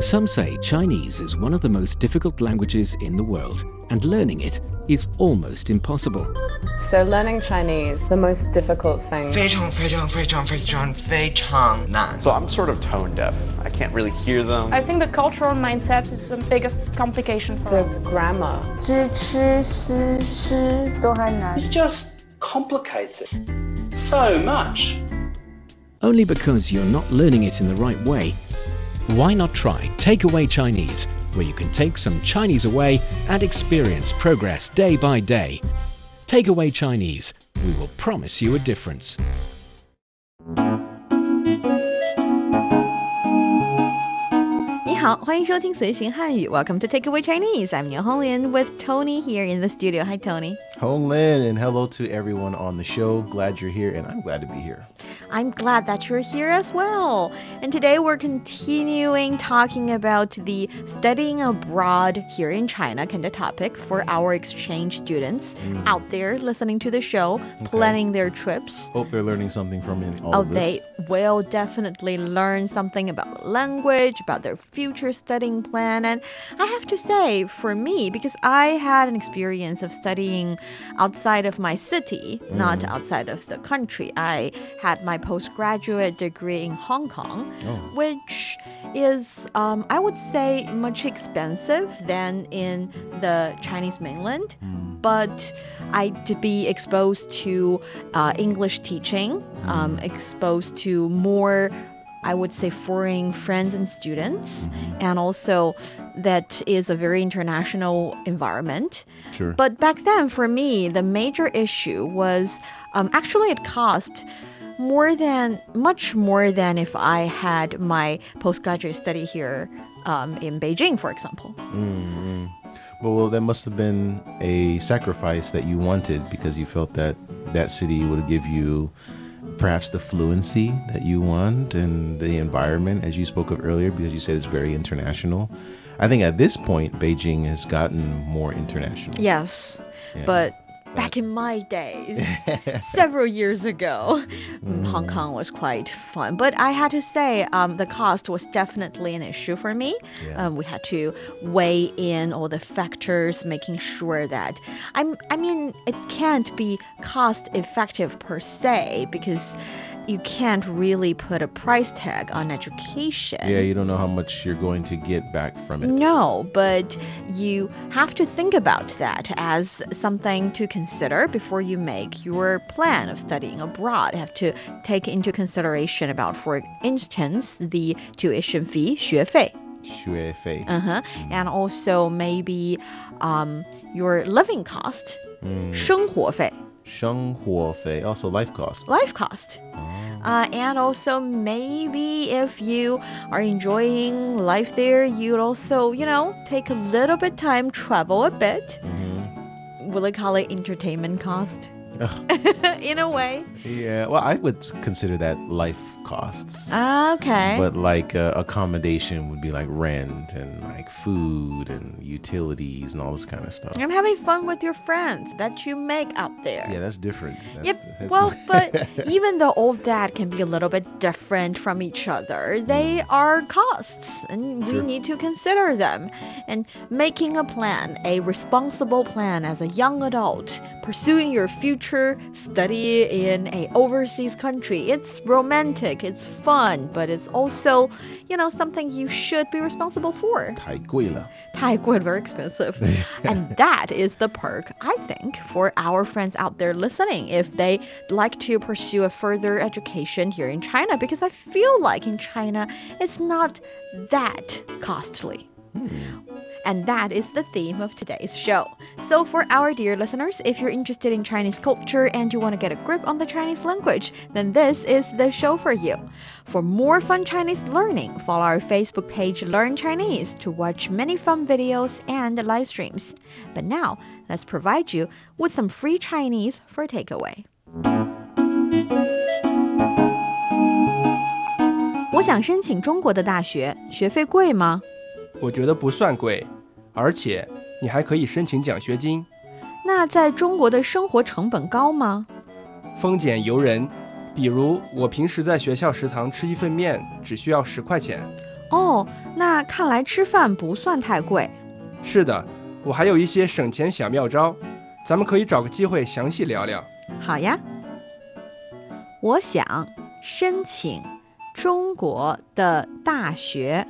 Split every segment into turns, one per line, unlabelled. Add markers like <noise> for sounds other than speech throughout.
Some say Chinese is one of the most difficult languages in the world, and learning it is almost impossible.
So learning Chinese, the most difficult thing.
非常非常非常非常非常难。
So I'm sort of tone deaf. I can't really hear them.
I think the cultural mindset is the biggest complication for
The
us.
grammar.
知吃思吃都很难。
It's just complicated. So much.
Only because you're not learning it in the right way. Why not try Takeaway Chinese, where you can take some Chinese away and experience progress day by day? Takeaway Chinese, we will promise you a difference.
你好，欢迎收听随行汉语。Welcome to Take Away Chinese. I'm Nian Honglin with Tony here in the studio. Hi, Tony.
Homeland and hello to everyone on the show. Glad you're here and I'm glad to be here.
I'm glad that you're here as well. And today we're continuing talking about the studying abroad here in China kind of topic for our exchange students
Mm.
out there listening to the show, planning their trips.
Hope they're learning something from in all
Oh,
of this.
they will definitely learn something about the language, about their future studying plan. And I have to say, for me, because I had an experience of studying outside of my city,
Mm.
not outside of the country, I had my postgraduate degree in Hong Kong,
Oh.
which is, um, I would say, much expensive than in the Chinese mainland.
Mm.
But I did be exposed to uh, English teaching, um, exposed to more, I would say, foreign friends and students, and also that is a very international environment.
Sure.
But back then, for me, the major issue was um, actually it cost more than much more than if I had my postgraduate study here um, in Beijing, for example.
well, well, that must have been a sacrifice that you wanted because you felt that that city would give you perhaps the fluency that you want and the environment as you spoke of earlier because you said it's very international. I think at this point Beijing has gotten more international.
Yes, but back in my days, several years ago, mm, Hong Kong was quite fun. But I had to say, um, the cost was definitely an issue for me. Um, we had to weigh in all the factors, making sure that I'm. I mean, it can't be cost effective per se because you can't really put a price tag on education.
Yeah, you don't know how much you're going to get back from it.
No, but you have to think about that as something to consider before you make your plan of studying abroad. You have to take into consideration about, for instance, the tuition fee, 学费,
Xue Fei. Mm.
uh-huh, and also maybe um, your living cost, 生活费,
Shenghuo Mm. Fei, also life cost.
life cost. Uh, and also, maybe if you are enjoying life there, you'd also, you know, take a little bit time, travel a bit.
Mm-hmm.
Will I call it entertainment cost? <laughs> In a way.
Yeah, well, I would consider that life costs.
Ah, Okay.
But like uh, accommodation would be like rent and like food and utilities and all this kind of stuff.
I'm having fun with your friends that you make out there.
Yeah, that's different. That's,
Yep.
that's- <laughs>
Well, but even though all that can be a little bit different from each other, they
Mm.
are costs, and we need to consider them. And making a plan, a responsible plan as a young adult, pursuing your future, study in a overseas country, it's romantic, it's fun, but it's also, you know, something you should be responsible for.
太贵了.
Taekwondo
<laughs>
very expensive. and that is the perk, I think, for our friends out there listening if they like to pursue a further education here in China, because I feel like in China it's not that costly. And that is the theme of today's show. So, for our dear listeners, if you're interested in Chinese culture and you want to get a grip on the Chinese language, then this is the show for you. For more fun Chinese learning, follow our Facebook page Learn Chinese to watch many fun videos and live streams. But now, let's provide you with some free Chinese for takeaway. 我想申请中国的大学，学费贵吗？
我觉得不算贵，而且你还可以申请奖学金，
那在中国的生活成本高吗？
丰俭由人。比如我平时在学校食堂吃一份面只需要十块钱，
哦，那看来吃饭不算太贵。
是的，我还有一些省钱小妙招，咱们可以找个机会详细聊聊。
好呀，我想申请中国的大学，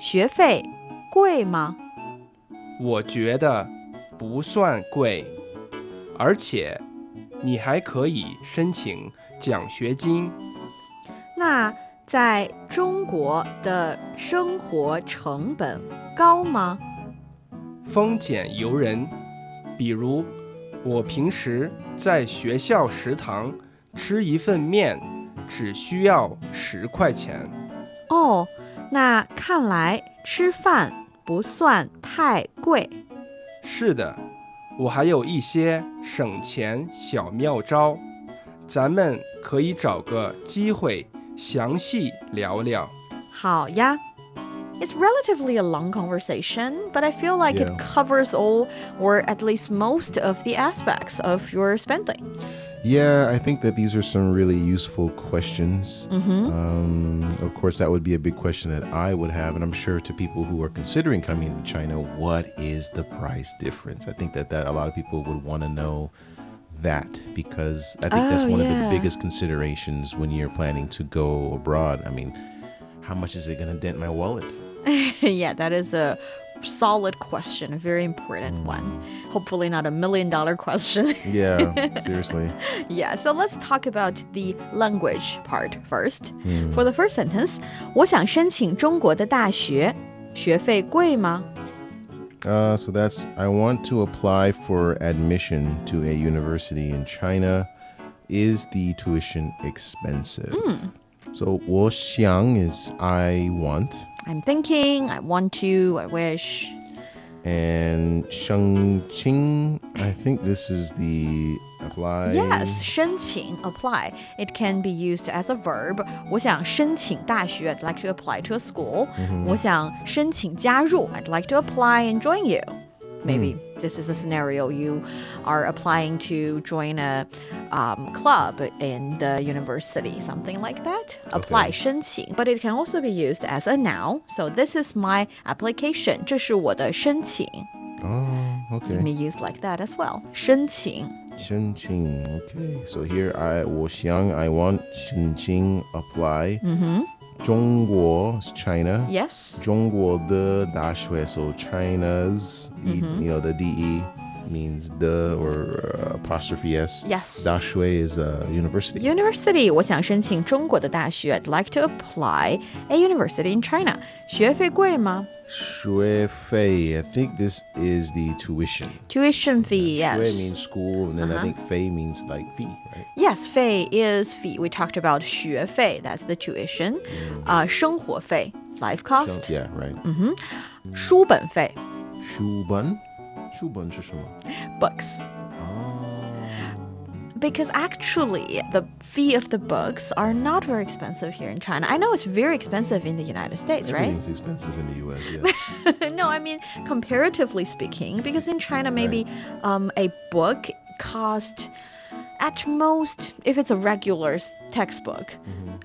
学费贵吗？
我觉得不算贵，而且你还可以申请奖学金。
那在中国的生活成本高吗？
风俭由人。比如，我平时在学校食堂吃一份面，只需要十块钱。
哦，那看来吃饭不算太贵。
是的，我还有一些省钱小妙招，咱们可以找个机会详细聊聊。
好呀。It's relatively a long conversation, but I feel like it
Yeah.
covers all or at least most of the aspects of your spending.
Yeah, I think that these are some really useful questions.
Mm-hmm.
hmm
Um, of course, that would be a big question that I would have, and I'm sure to people who are considering coming to China, what is the price difference? I think that, that a lot of people would want to know that because I think that's
Oh,
one
yeah.
of the biggest considerations when you're planning to go abroad. I mean, how much is it going to dent my wallet?
<laughs> yeah, that is a solid question, a very
Mm.
important one. Hopefully, not a million dollar question.
<laughs>
<laughs>
Yeah, seriously.
yeah, so let's talk about the language part first.
Hmm.
For the first sentence, 我想申请中国的大学，学费贵吗？
Uh, so that's I want to apply for admission to a university in China. Is the tuition expensive? So 我想 is I want,
I'm thinking, I want to, I wish.
and 想请 I think this is the apply.
Yes, 申请 apply. It can be used as a verb. 我想申请大学 I'd like to apply to a school.
Mm-hmm.
我想申请加入 I'd like to apply and join you. Maybe
Hmm.
this is a scenario you are applying to join a um, club in the university, something like that. Apply 申请, but it can also be used as a noun. So this is my application. 这是我的申请.
Oh,
It may
okay.
use like that as well. 申请.
申请 Okay. So here I 我想 I want 申请 apply.
Mm-hmm.
中国 is China.
Yes.
Zhongguo the Dashue, so China's, e- you know, the DE means the or uh, apostrophe S.
Yes.
Dashue is a university.
University，我想申请中国的大学。I'd like to apply a university in China。学费贵吗
Shue Fei, I think this is the tuition.
？Tuition fee,
Shue
yes. Uh-huh.
means school, and then I think Fei means like fee, right?
Yes, 费 is fee. We talked about 学费，that's the tuition. 啊、生活费，life
Mm. So,
cost. Mm-hmm.
yeah, right.
书本费
Shuban? Shuban 是什么？
，books. Because actually, the fee of the books are not very expensive here in China. I know it's very expensive in the United States, right?
Everything's expensive in the U.S., yes.
<laughs> no, I mean comparatively speaking, because in China maybe um, a book cost at most, if it's a regular s- textbook,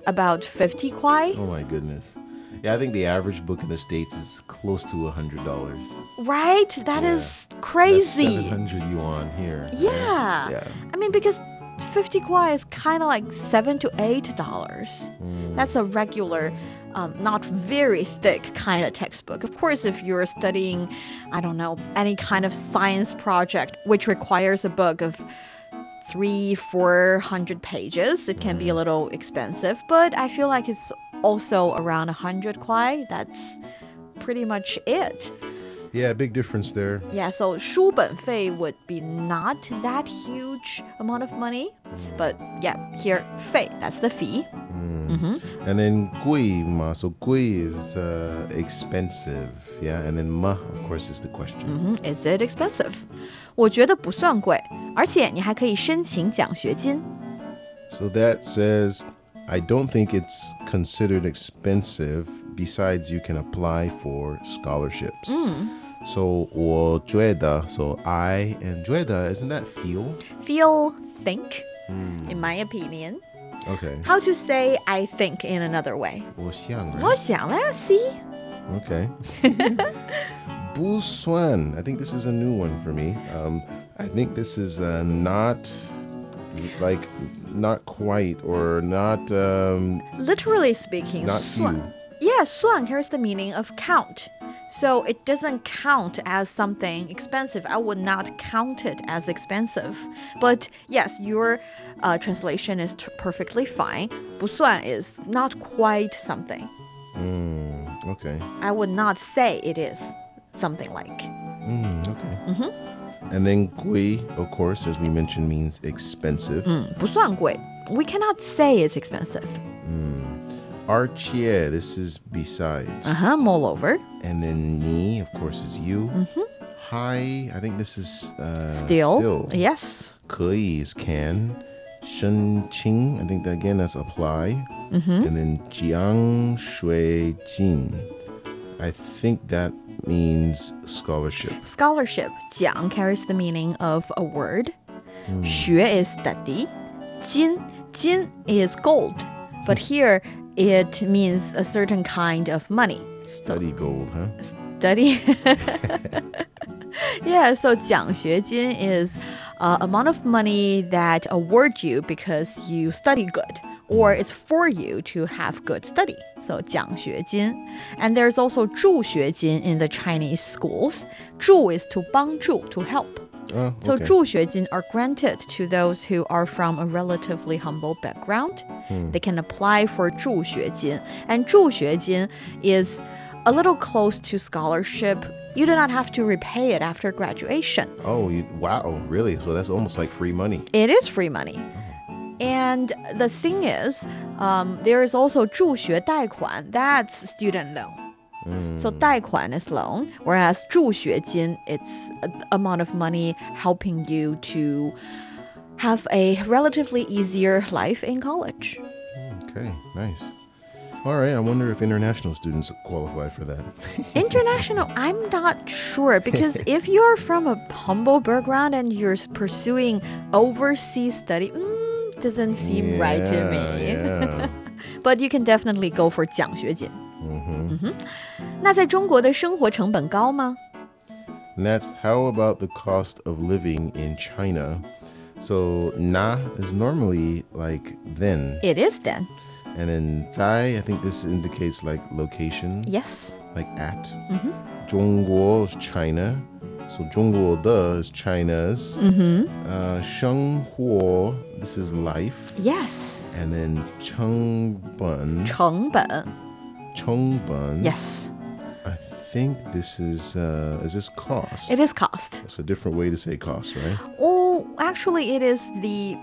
about fifty kwai,
Mm-hmm. oh my goodness. Yeah, I think the average book in the States is close to $100.
right? That
Yeah.
is
That's
crazy.
700 yuan here. right?
yeah.
Yeah.
I mean because fifty kwai is kind of like seven to eight dollars.
Mm.
That's a regular. Um, not very thick kind of textbook. Of course, if you're studying, I don't know, any kind of science project which requires a book of three, four hundred pages, it can be
Mm.
a little expensive, but I feel like it's also around a hundred kwai. That's pretty much it.
Yeah, big difference there.
Yeah, so 书本费 would be not that huge amount of money, but yeah, here 费 that's the fee.
Mm.
Mm-hmm.
And then gui ma, so gui is uh, expensive. Yeah, and then ma, of course, is the question.
Mhm, Is it expensive? 我觉得不算贵，而且你还可以申请奖学金。
So that says, I don't think it's considered expensive. Besides, you can apply for scholarships. So 我觉得, so I and 觉得, isn't that feel?
Feel, think, in my opinion.
Mm. Okay.
How to say I think in another way?
我想, right?
我想了，see?
Okay. Bu Swan. I think this is a new one for me. Um, I think this is uh, not like not quite or not um,
Literally speaking,
not few.
suan. Yeah, suan carries the meaning of count. So it doesn't count as something expensive. I would not count it as expensive. But yes, your uh, translation is t- perfectly fine. 不算 is not quite something.
Mm, okay.
I would not say it is something like.
Mm, okay. Mm-hmm. And then gui, of course, as we mentioned, means expensive.
不算贵. Hmm, We cannot say it's expensive.
Mm-hmm. Archie, this is besides.
Uh huh. Moreover,
And then ni, of course, is you. Hi, I think this is uh,
still,
Mm-hmm. still.
yes.
可以 is can. Shenqing, I think that, again that's apply.
Mm-hmm.
And then jiang shui jin. I think that means scholarship.
Scholarship 奖 carries the meaning of a word.
Hmm.
学 is study. 金金 is gold, but
Hmm.
here it means a certain kind of money.
Study gold, huh?
Study. <laughs> yeah, so 奖学金 is uh, amount of money that award you because you study good. Or it's for you to have good study. So 奖学金. And there's also 助学金 in the Chinese schools. 助 is to 帮助, to help.
Oh,
So
okay.
助学金 are granted to those who are from a relatively humble background.
Hmm.
They can apply for 助学金. And 助学金 is a little close to scholarship. You do not have to repay it after graduation.
Oh, you, wow, really? So that's almost like free money.
It is free money. And the thing is, um, there is also 助学贷款. That's student loan. So 贷款 is loan, whereas 助学金 it's a- amount of money helping you to have a relatively easier life in college.
Okay, nice. All right, I wonder if international students qualify for that.
International, I'm not sure
<laughs>
because if you're from a humble background and you're s- pursuing overseas study, mm, doesn't seem right to me.
Yeah.
<laughs> But you can definitely go for 奖学金。
Mm-hmm.
Mm-hmm. 那在中国的生活成本高吗？
And that's how about the cost of living in China? So na is normally like then,
It is then.
and then zai. I think this indicates like location,
Yes.
like at. Zhongguo is China, so 中国的 is China's. Uh, 生活 this is life,
Yes.
and then 成本
成本。
成本
Yes.
I think this is uh, is this cost.
It is cost.
It's a different way to say cost, right?
Oh, actually, it is the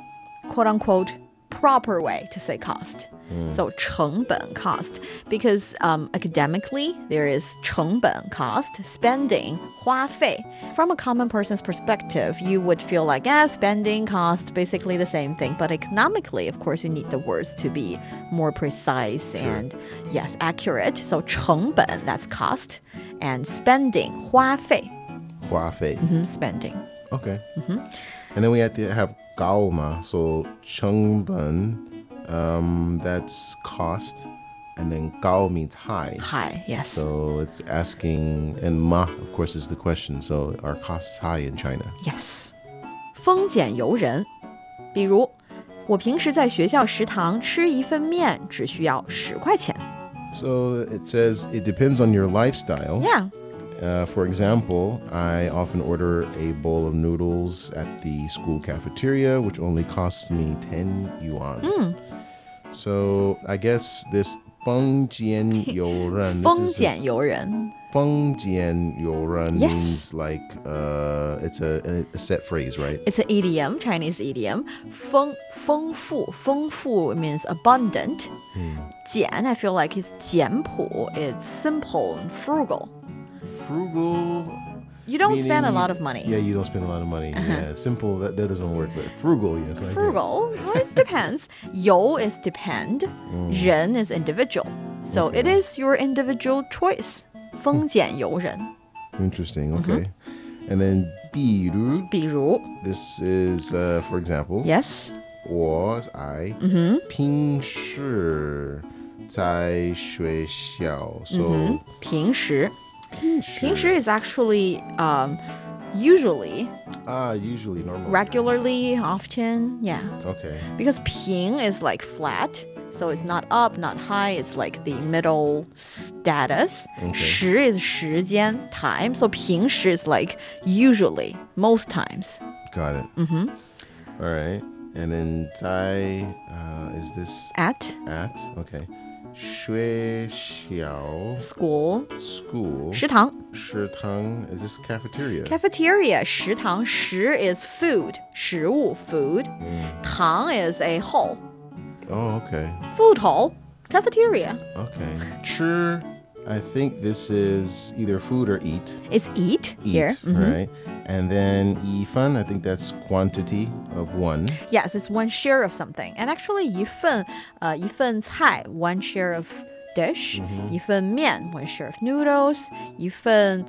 quote unquote proper way to say cost.
Hmm.
So 成本 cost because um, academically there is 成本 cost spending 花费 from a common person's perspective you would feel like yeah spending cost basically the same thing but economically of course you need the words to be more precise and yes accurate so 成本 that's cost and spending 花费
Huafei.
mhm, spending
Okay. And then we have to have Gaoma. So Chengbun, um, that's cost. And then Gao means high.
high yes
So it's asking, and Ma, of course, is the question. So are costs high in China?
Yes，丰俭由人。比如，我平时在学校食堂吃一份面只需要十块钱。
So it says it depends on your lifestyle.
Yeah，
Uh, for example, I often order a bowl of noodles at the school cafeteria, which only costs me 10 yuan. So I guess this 丰俭由人
丰
this is
俭由人。
a- 丰俭由人
Yes.
means like uh, it's a, a set phrase, right?
It's an idiom, Chinese idiom. 丰丰富丰富 means abundant.
Hmm.
俭 I feel like it's 简朴，it's simple and frugal.
Frugal.
You don't spend a
meaning-
lot of money.
Yeah, you don't spend a lot of money. Yeah, simple, that, that doesn't work, but frugal, yes. I get it.
frugal. Well, it depends.
<laughs>
Yo is depend.
Mm.
Ren is individual. So it is your individual choice. 丰俭由人。
Hmm. Interesting,
Mm-hmm.
okay. And then 比如,
比如
this is, uh, for example.
yes
was I. Mm-hmm. 平时在学校，so、
平时.
平时
平时 Mm-hmm. is actually um, usually,
ah usually normal
regularly, often, yeah.
Okay.
Because 平 is like flat, so it's not up, not high, it's like the middle status. 十 is 时间, time, so 平时 is like usually, most times.
Got it. Mm-hmm. All right. And then Zai, uh, is this
At
at? Okay. Shui Xiao
school,
School.
食堂,
Shitang. Is this cafeteria?
cafeteria, 食堂,食 is food, 食物, food, 堂 is a hole,
oh, okay.
food hole, cafeteria.
Okay. Sure. I think this is either food or eat.
It's eat,
Eat,
here. Mhm.
right? And then Yifan, I think that's quantity of one.
Yes, it's one share of something. And actually, 一份, uh, 一份菜, one share of dish,
Mm-hmm.
一份面, one share of noodles, 一份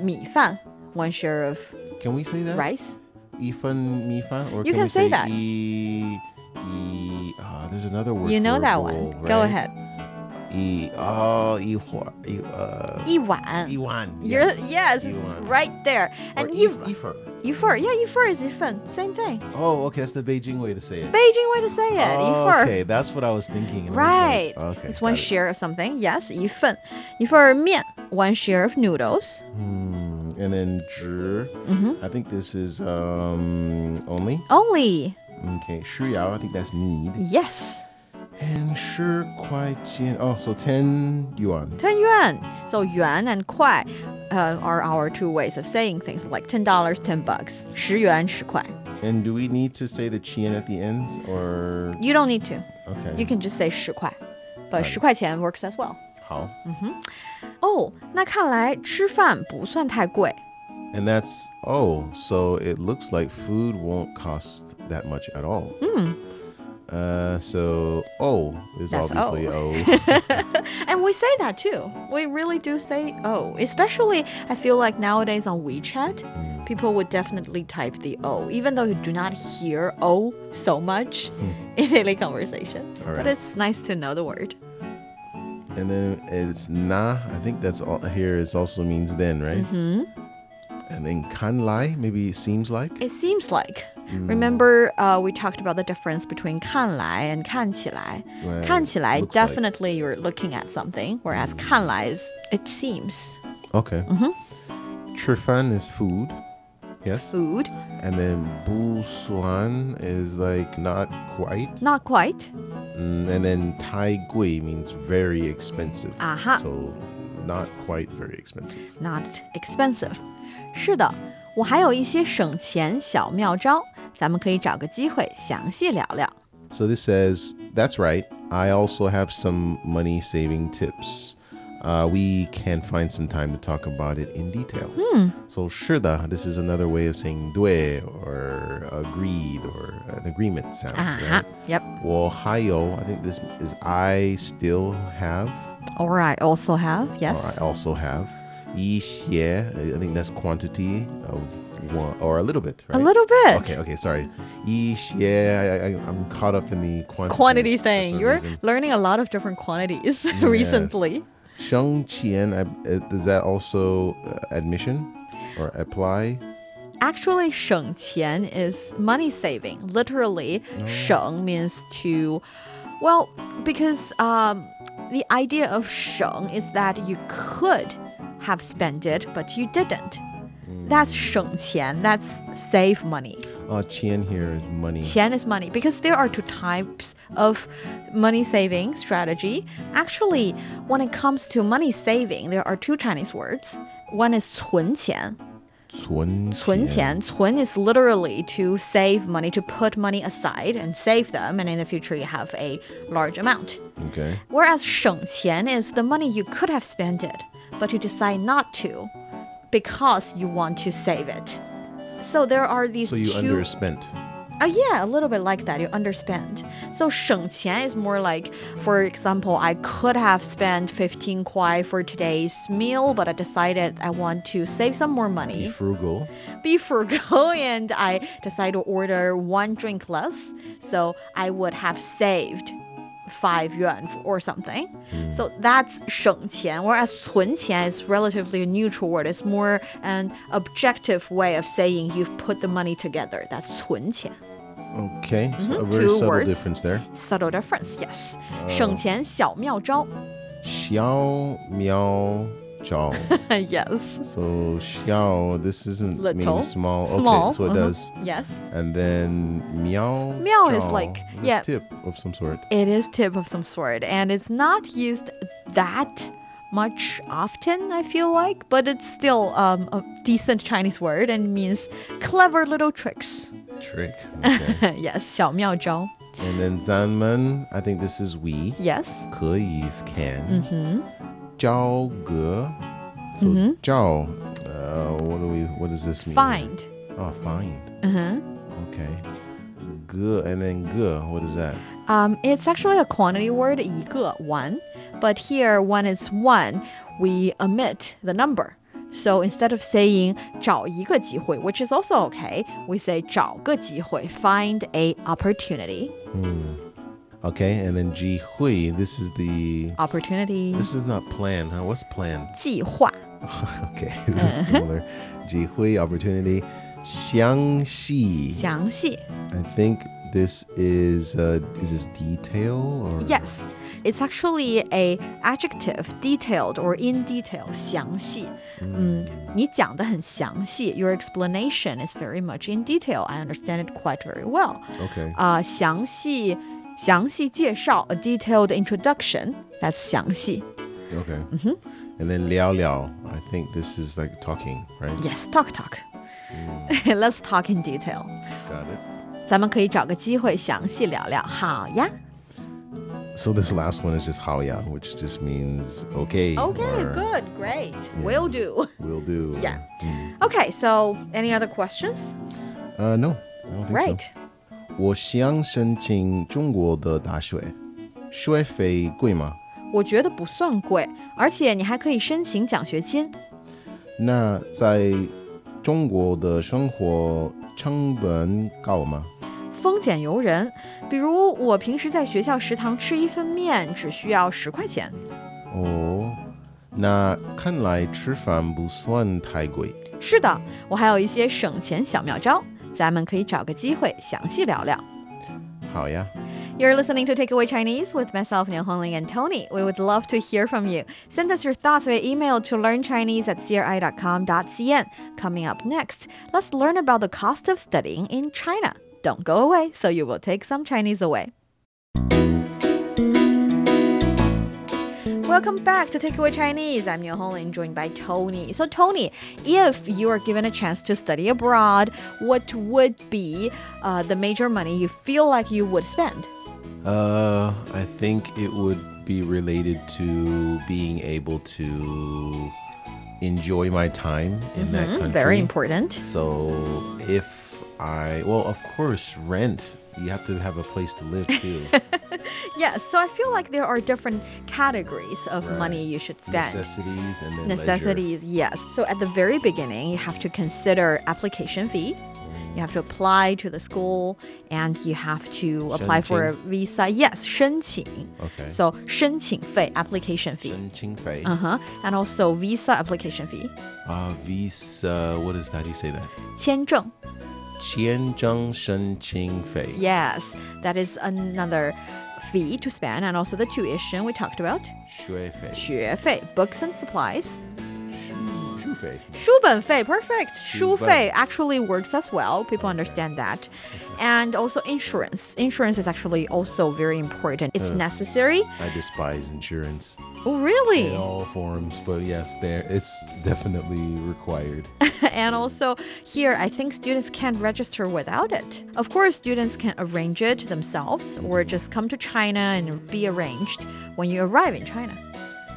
米饭, one share of
Can we say that?
rice.
Ifan Mifan? Or
You can
we
say that.
E, e, ah, there's another word.
you know
for
that
roll,
one.
Right?
Go ahead.
E, oh, e, e, uh,
一碗.
Iwan.
You're, yes, it's
Iwan.
right there.
e Or
And
e,
you,
Ifer.
you fur, yeah, you fur is 一份, same thing.
Oh, okay, that's the Beijing way to say it.
Beijing way to say it,
Oh,
一份.
okay, that's what I was thinking. and I
Right.
was like, okay.
it's one
got it.
share of something. Yes, 一份.一份面, one share of noodles. Mm-hmm.
Hmm, And then zhi. I think this is um only.
Only,
Okay. Shu yao, I think that's need.
yes.
And shi kuai jian. Oh, so 10 yuan.
10 yuan. So yuan and kuai uh, are our two ways of saying things like $10, 10 bucks. 10yuan, 10 kuai.
And do we need to say the qian at the ends or
You don't need to.
okay?
You can just say 10 kuai. But 10 kuai qian works as well.
好。
Oh, 那看来吃饭不算太贵.
And that's oh, so it looks like food won't cost that much at all. Uh, so oh is
That's
obviously
oh.
oh.
<laughs> And we say that too. We really do say oh. Especially, I feel like nowadays on
Mm.
WeChat, people would definitely type the oh, even though you do not hear oh so much <laughs> in daily conversation.
Hmm. All
But
right.
it's nice to know the word.
and then it's na. I think that's all here. It also means then, right? Mm-hmm. And then kan lai maybe it seems like.
It seems like.
Mm.
Remember, uh, we talked about the difference between 看来 and 看起来.
Right.
看起来
Looks like. Mm.
definitely you're looking at something, whereas 看来 is it seems.
Okay. Mm-hmm. Churfan is food. Yes.
Food,
And then bu suan is like not quite.
not quite.
Mm, and then tai gui means very expensive.
Aha.
So not quite very expensive.
not expensive。是的，我还有一些省钱小妙招，咱们可以找个机会详细聊聊。
So this says, that's right. I also have some money saving tips. Uh, we can find some time to talk about it in detail. So shirda, this is another way of saying due or agreed or an agreement sound.
啊哈
Right?
，Yep。
Ohio, I think this is I still have.
Or I also have
or
yes.
I also have. Yixie, I think that's quantity of one or a little bit, right?
A little bit.
Okay, okay, sorry. Yixie, I, I, I'm caught up in the quantity.
Quantity thing. You're learning a lot of different quantities <laughs> recently.
Sheng Qian, I- uh, is that also uh, admission or apply?
Actually, 省钱 is money saving. Literally,
Oh.
省 means to, well, because um, the idea of 省 is that you could have spent it, but you didn't. That's 省钱. That's save money.
Oh, Qian here is money.
钱 is money because there are two types of money saving strategy. Actually, when it comes to money saving, there are two Chinese words. One is 存钱
Cun
存钱,存 is literally to save money, to put money aside and save them, and in the future you have a large amount.
Okay.
Whereas 省钱 is the money you could have spent it, but you decide not to because you want to save it. So there are these
So you
two.
underspent.
Uh, yeah, a little bit like that. You underspend. So 省钱 is more like, for example, I could have spent 15 kwai for today's meal, but I decided I want to save some more money
Be frugal.
be frugal <laughs> and I decide to order one drink less. So I would have saved five yuan f- or something.
Hmm.
So that's 省钱, whereas 存钱 is relatively a neutral word. It's more an objective way of saying you've put the money together. That's 存钱.
Okay, so a very
Mm-hmm. two
subtle
words.
difference there. Oh.
Subtle difference, yes. 省钱小妙招.
Xiao Miao Zhao.
<laughs> yes.
so xiao, this isn't
Little.
mean small.
Small,
Okay, so it
uh-huh.
does.
Yes.
And then miao.
Miao is
zhao
like-
is
yeah.
tip of some sort.
It is tip of some sort, and it's not used that much often, I feel like, but it's still um, a decent Chinese word and means clever little tricks.
Trick. Okay.
<laughs> yes, 小妙招.
and then zanmen, I think this is we.
Yes. Mm-hmm.
可以 is can. Zhao ge. So zhao, uh, what do we? What does this mean?
Find.
Oh, find.
Uh-huh.
Okay. Ge and then ge. What is that?
Um, it's actually a quantity word, 一个, one, but here when it's one, we omit the number. So instead of saying 找一个机会, which is also okay, we say 找个机会, find a opportunity.
Hmm. Okay, and then ji hui. This is the.
Opportunity.
This is not plan, huh? What's plan?
计划.
<laughs> okay, <laughs> this
Uh-huh.
is similar. Ji hui opportunity. Xiang shi.
详细.
I think this is uh, is this detail or
Yes, it's actually a adjective, detailed or in detail, 详细. you Your explanation is very much in detail. I understand it quite very well.
Okay.
啊、uh,，详细详细介绍 a detailed introduction. That's 详细.
Okay. And then liao liao. I think this is like talking, right?
Yes, talk talk. <laughs> Let's talk in detail.
Got it.
咱们可以找个机会详细聊聊。好呀。
So this last one is just haoya, which just means okay.
Okay,
or
good, great. Will do.
Will do. or-
<laughs> Yeah. Okay, so any other questions?
Uh, no. I don't think so.
Right.
我想申请中国的大学，学费贵吗？
我觉得不算贵，而且你还可以申请奖学金。
那在中国的生活成本高吗？
丰俭由人，比如我平时在学校食堂吃一份面只需要十块钱。
哦，那看来吃饭不算太贵。
是的，我还有一些省钱小妙招，咱们可以找个机会详细聊聊。
好呀，
You're listening to Takeaway Chinese with myself, Nian Hongling, and Tony. We would love to hear from you. Send us your thoughts via email to learnchinese at cri.com.cn. Coming up next, let's learn about the cost of studying in China. Don't go away, so you will take some Chinese away. Welcome back to Takeaway Chinese. I'm Nian Hongling, joined by Tony. So, Tony, if you are given a chance to study abroad, what would be uh, the major money you feel like you would spend?
Uh, I think it would be related to being able to enjoy my time in that country.
Mm-hmm, Very important.
So if I, well, of course, rent. You have to have a place to live too.
Yes, so I feel like there are different categories of money you should spend.
Necessities and then leisure.
Necessities, yes. So at the very beginning, you have to consider application fee.
Mm.
You have to apply to the school and you have to apply for a visa. Yes, 申请.
Okay.
So 申请费, application fee.
申请费.
Uh huh. And also visa application fee.
Uh, visa. What is that? You say that.
签证.
签证申请费.
Yes, that is another fee to spend. And also the tuition we talked about.
学费.
学费, books and supplies.
学费.
书本费, perfect.
书本。
书费 actually works as well. People understand that. And also insurance. Insurance is actually also very important. It's necessary.
Uh, I despise insurance
Oh, really?
in all forms, but yes, there it's definitely required.
<laughs> and also here, I think students can register without it. Of course, students can arrange it themselves or just come to China and be arranged when you arrive in China.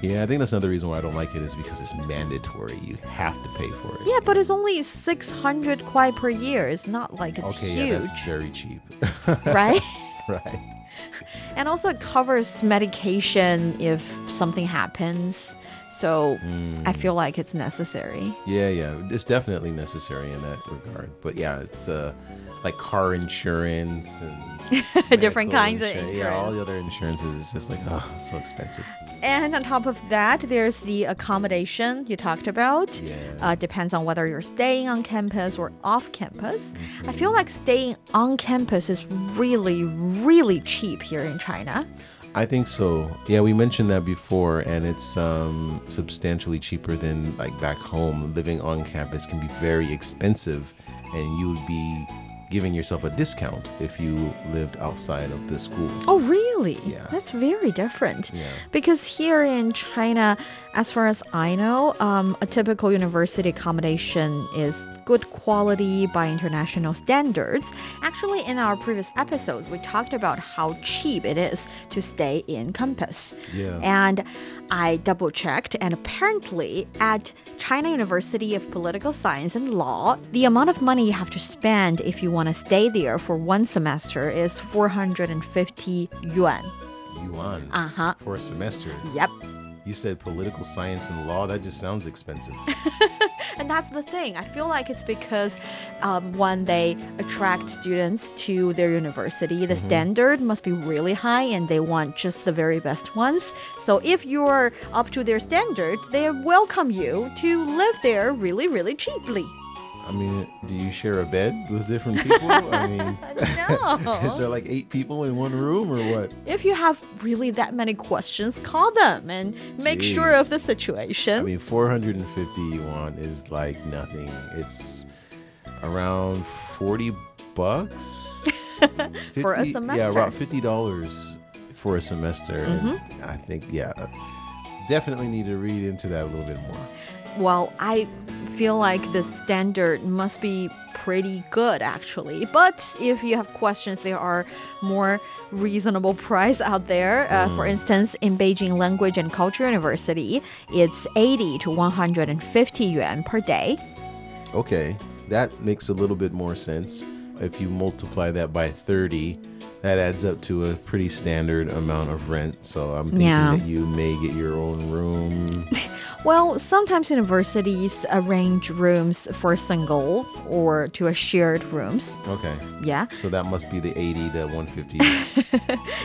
yeah, I think that's another reason why I don't like it is because it's mandatory. You have to pay for it.
Yeah, but it's only 600 kwai per year. It's not like it's
Okay, yeah,
huge,
that's very cheap. <laughs>
right? <laughs>
right.
And also, it covers medication if something happens. So
Hmm.
I feel like it's necessary. <laughs>
Yeah, yeah, it's definitely necessary in that regard. But yeah, it's uh, like car insurance and
Different
medical
kinds of
Yeah, all the
insurance.
other insurances is just like oh, it's so expensive.
And on top of that, there's the accommodation you talked about.
Yeah.
Uh, depends on whether you're staying on campus or off campus. I feel like staying on campus is really, really cheap here in China.
I think so. Yeah, we mentioned that before, and it's um, substantially cheaper than like back home. Living on campus can be very expensive, and you would be giving yourself a discount if you lived outside of the school.
Oh, really?
Yeah.
That's very different. Because here in China, as far as I know, um, a typical university accommodation is good quality by international standards. Actually, in our previous episodes, we talked about how cheap it is to stay in campus.
Yeah.
And I double checked, and apparently, at China University of Political Science and Law, the amount of money you have to spend if you want to stay there for one semester is 450 yuan.
Yuan
Uh-huh.
for a semester.
Yep.
You said political science and law. That just sounds expensive.
And that's the thing. I feel like it's because um, when they attract students to their university,
Mm-hmm.
the standard must be really high and they want just the very best ones. So if you're up to their standard, they welcome you to live there really, really cheaply.
I mean, do you share a bed with different people?
<laughs>
I mean, <laughs> is
No.
there like eight people in one room or what?
if you have really that many questions, call them and make sure
Jeez.
of the situation.
I mean, 450 yuan is like nothing. It's around 40 bucks 50
For a
Yeah,
semester.
about 50 dollars for a semester. And I think yeah, definitely need to read into that a little bit more.
Well, I feel like the standard must be pretty good actually. But if you have questions, there are more reasonable <laughs> price out there. Uh, For instance, in Beijing Language and Culture University, it's 80 to 150 yuan per day.
Okay, that makes a little bit more sense. If you multiply that by 30, that adds up to a pretty standard amount of rent. So I'm thinking
Yeah.
that you may get your own room.
<laughs> Well, sometimes universities arrange rooms for single or to a shared rooms.
Okay,
Yeah.
so that must be the 80 to
<laughs>
150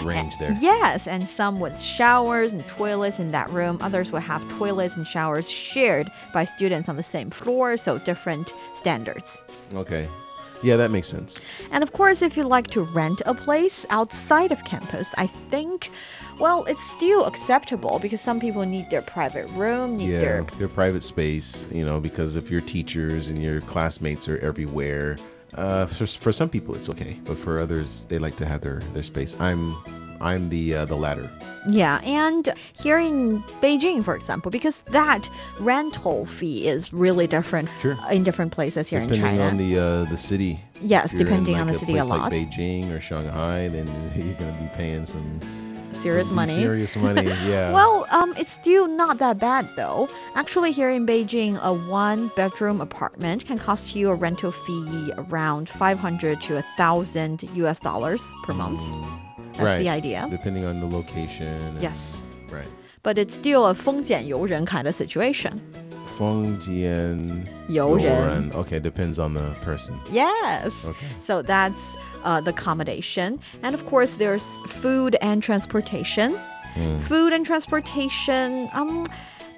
range there.
Yes, and some with showers and toilets in that room. Others will have toilets and showers shared by students on the same floor, so different standards.
Okay, yeah, that makes sense.
And of course, if you like to rent a place outside of campus, I think, well, it's still acceptable because some people need their private room, need
Yeah,
their
your private space, you know, because if your teachers and your classmates are everywhere, uh, for, for some people it's okay, but for others they like to have their, their space. I'm I'm the uh, the latter.
Yeah, and here in Beijing, for example, because that rental fee is really different
Sure.
in different places here
depending
in China.
on the uh, the city.
Yes,
If you're in,
depending on
like,
the city a
place
lot.
Like Beijing or Shanghai, then <laughs> you're gonna be paying some
serious
some
money.
Serious
<laughs>
money, yeah.
Well, um, it's still not that bad though. Actually, here in Beijing, a one bedroom apartment can cost you a rental fee around 500 to 1,000 US dollars per month. That's
Mm. right.
the idea.
Depending on the location. and-
Yes.
Right.
But it's still a 风险游人 kind of situation.
Fengjian
游人。
Okay, depends on the person.
Yes.
Okay.
So that's uh, the accommodation. And of course, there's food and transportation.
Hmm.
Food and transportation, um,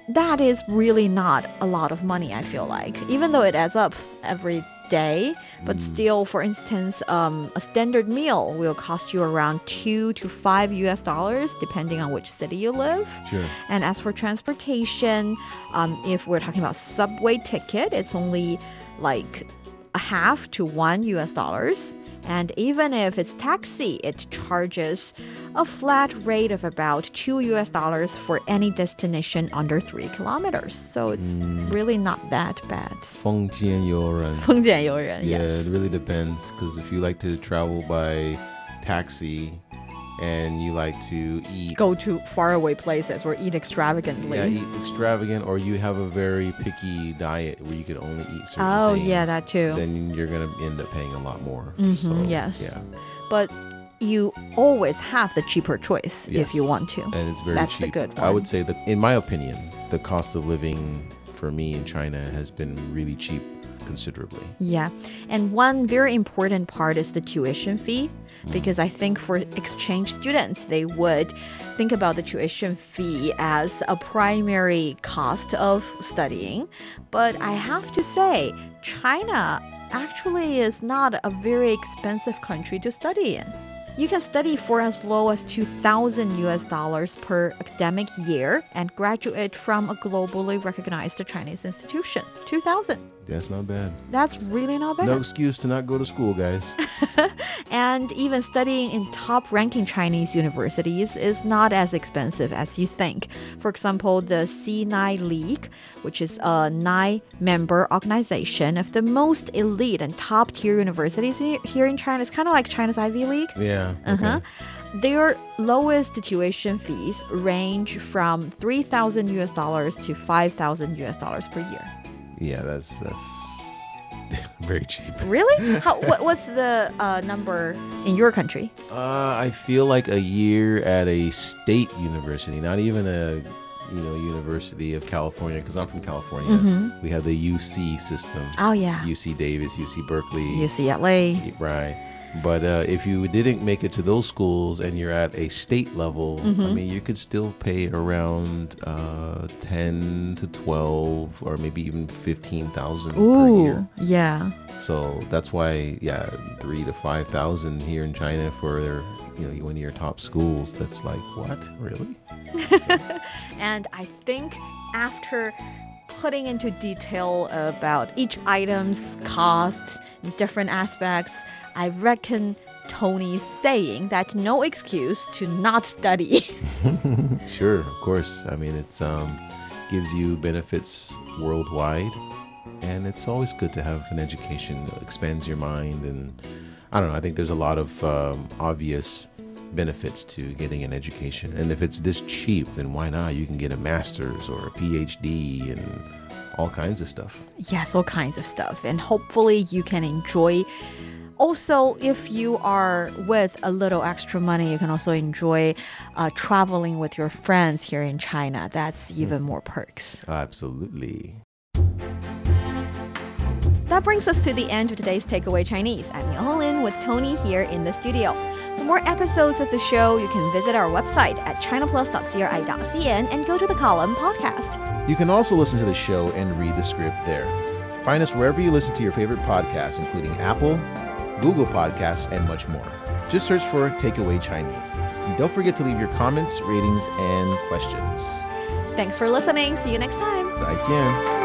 that is really not a lot of money, I feel like, even though it adds up every day. But still, for instance, um, a standard meal will cost you around two to five US dollars, depending on which city you live.
Sure.
And as for transportation, um, if we're talking about subway ticket, it's only like a half to one US dollars. And even if it's taxi, it charges a flat rate of about two US dollars for any destination under three kilometers. So it's
Mm.
really not that
<laughs>
bad.
风间游人.
风险游人,
Yeah,
yes.
it really depends because if you like to travel by taxi and you like to eat,
Go to faraway places or eat extravagantly.
yeah, eat extravagant, or you have a very picky diet where you could only eat certain
Oh,
things,
yeah, that too.
Then you're gonna end up paying a lot more.
Mhm,
So,
yes.
Yeah.
But you always have the cheaper choice if you
Yes.
want to.
and it's very
That's
cheap.
the good one.
I would say that, in my opinion, the cost of living for me in China has been really cheap considerably.
Yeah. And one very important part is the tuition fee, because I think for exchange students, they would think about the tuition fee as a primary cost of studying. But I have to say, China actually is not a very expensive country to study in. You can study for as low as 2,000 US dollars per academic year and graduate from a globally recognized Chinese institution. 2,000.
That's not bad.
That's really not bad.
No excuse to not go to school, guys.
<laughs> And even studying in top ranking Chinese universities is not as expensive as you think. For example, the C9 League, which is a nine member organization of the most elite and top tier universities he- here in China, it's kind of like China's Ivy League.
Yeah.
Uh-huh. Their lowest tuition fees range from 3,000 US dollars to 5,000 US dollars per year.
Yeah, that's that's <laughs> very cheap. <laughs>
Really? How, what, what's the uh, number in your country?
Uh, I feel like a year at a state university, not even a you know University of California, because I'm from California. We have the UC system.
Oh, yeah.
UC Davis, UC Berkeley,
UCLA.
right. But uh, if you didn't make it to those schools and you're at a state level, I mean, you could still pay around uh, ten to twelve, or maybe even fifteen thousand per year.
Ooh, yeah.
So that's why, yeah, three to five thousand here in China for their, you know, one of your top schools. That's like what, really?
And I think after putting into detail about each item's cost, different aspects, I reckon Tony's saying that no excuse to not study. <laughs>
Sure, of course. I mean, it's um, gives you benefits worldwide, and it's always good to have an education. It expands your mind, and I don't know. I think there's a lot of um, obvious benefits to getting an education, and if it's this cheap, then why not? You can get a master's or a PhD and all kinds of stuff.
yes, all kinds of stuff. And hopefully you can enjoy. Also, if you are with a little extra money, you can also enjoy uh, traveling with your friends here in China. That's even more perks.
Absolutely.
That brings us to the end of today's Takeaway Chinese. I'm Yao Lin with Tony here in the studio. For more episodes of the show, you can visit our website at chinaplus.cri.cn and go to the column podcast.
You can also listen to the show and read the script there. Find us wherever you listen to your favorite podcasts, including Apple, Google Podcasts, and much more. Just search for Takeaway Chinese. And don't forget to leave your comments, ratings, and questions.
Thanks for listening. See you next time.
再见。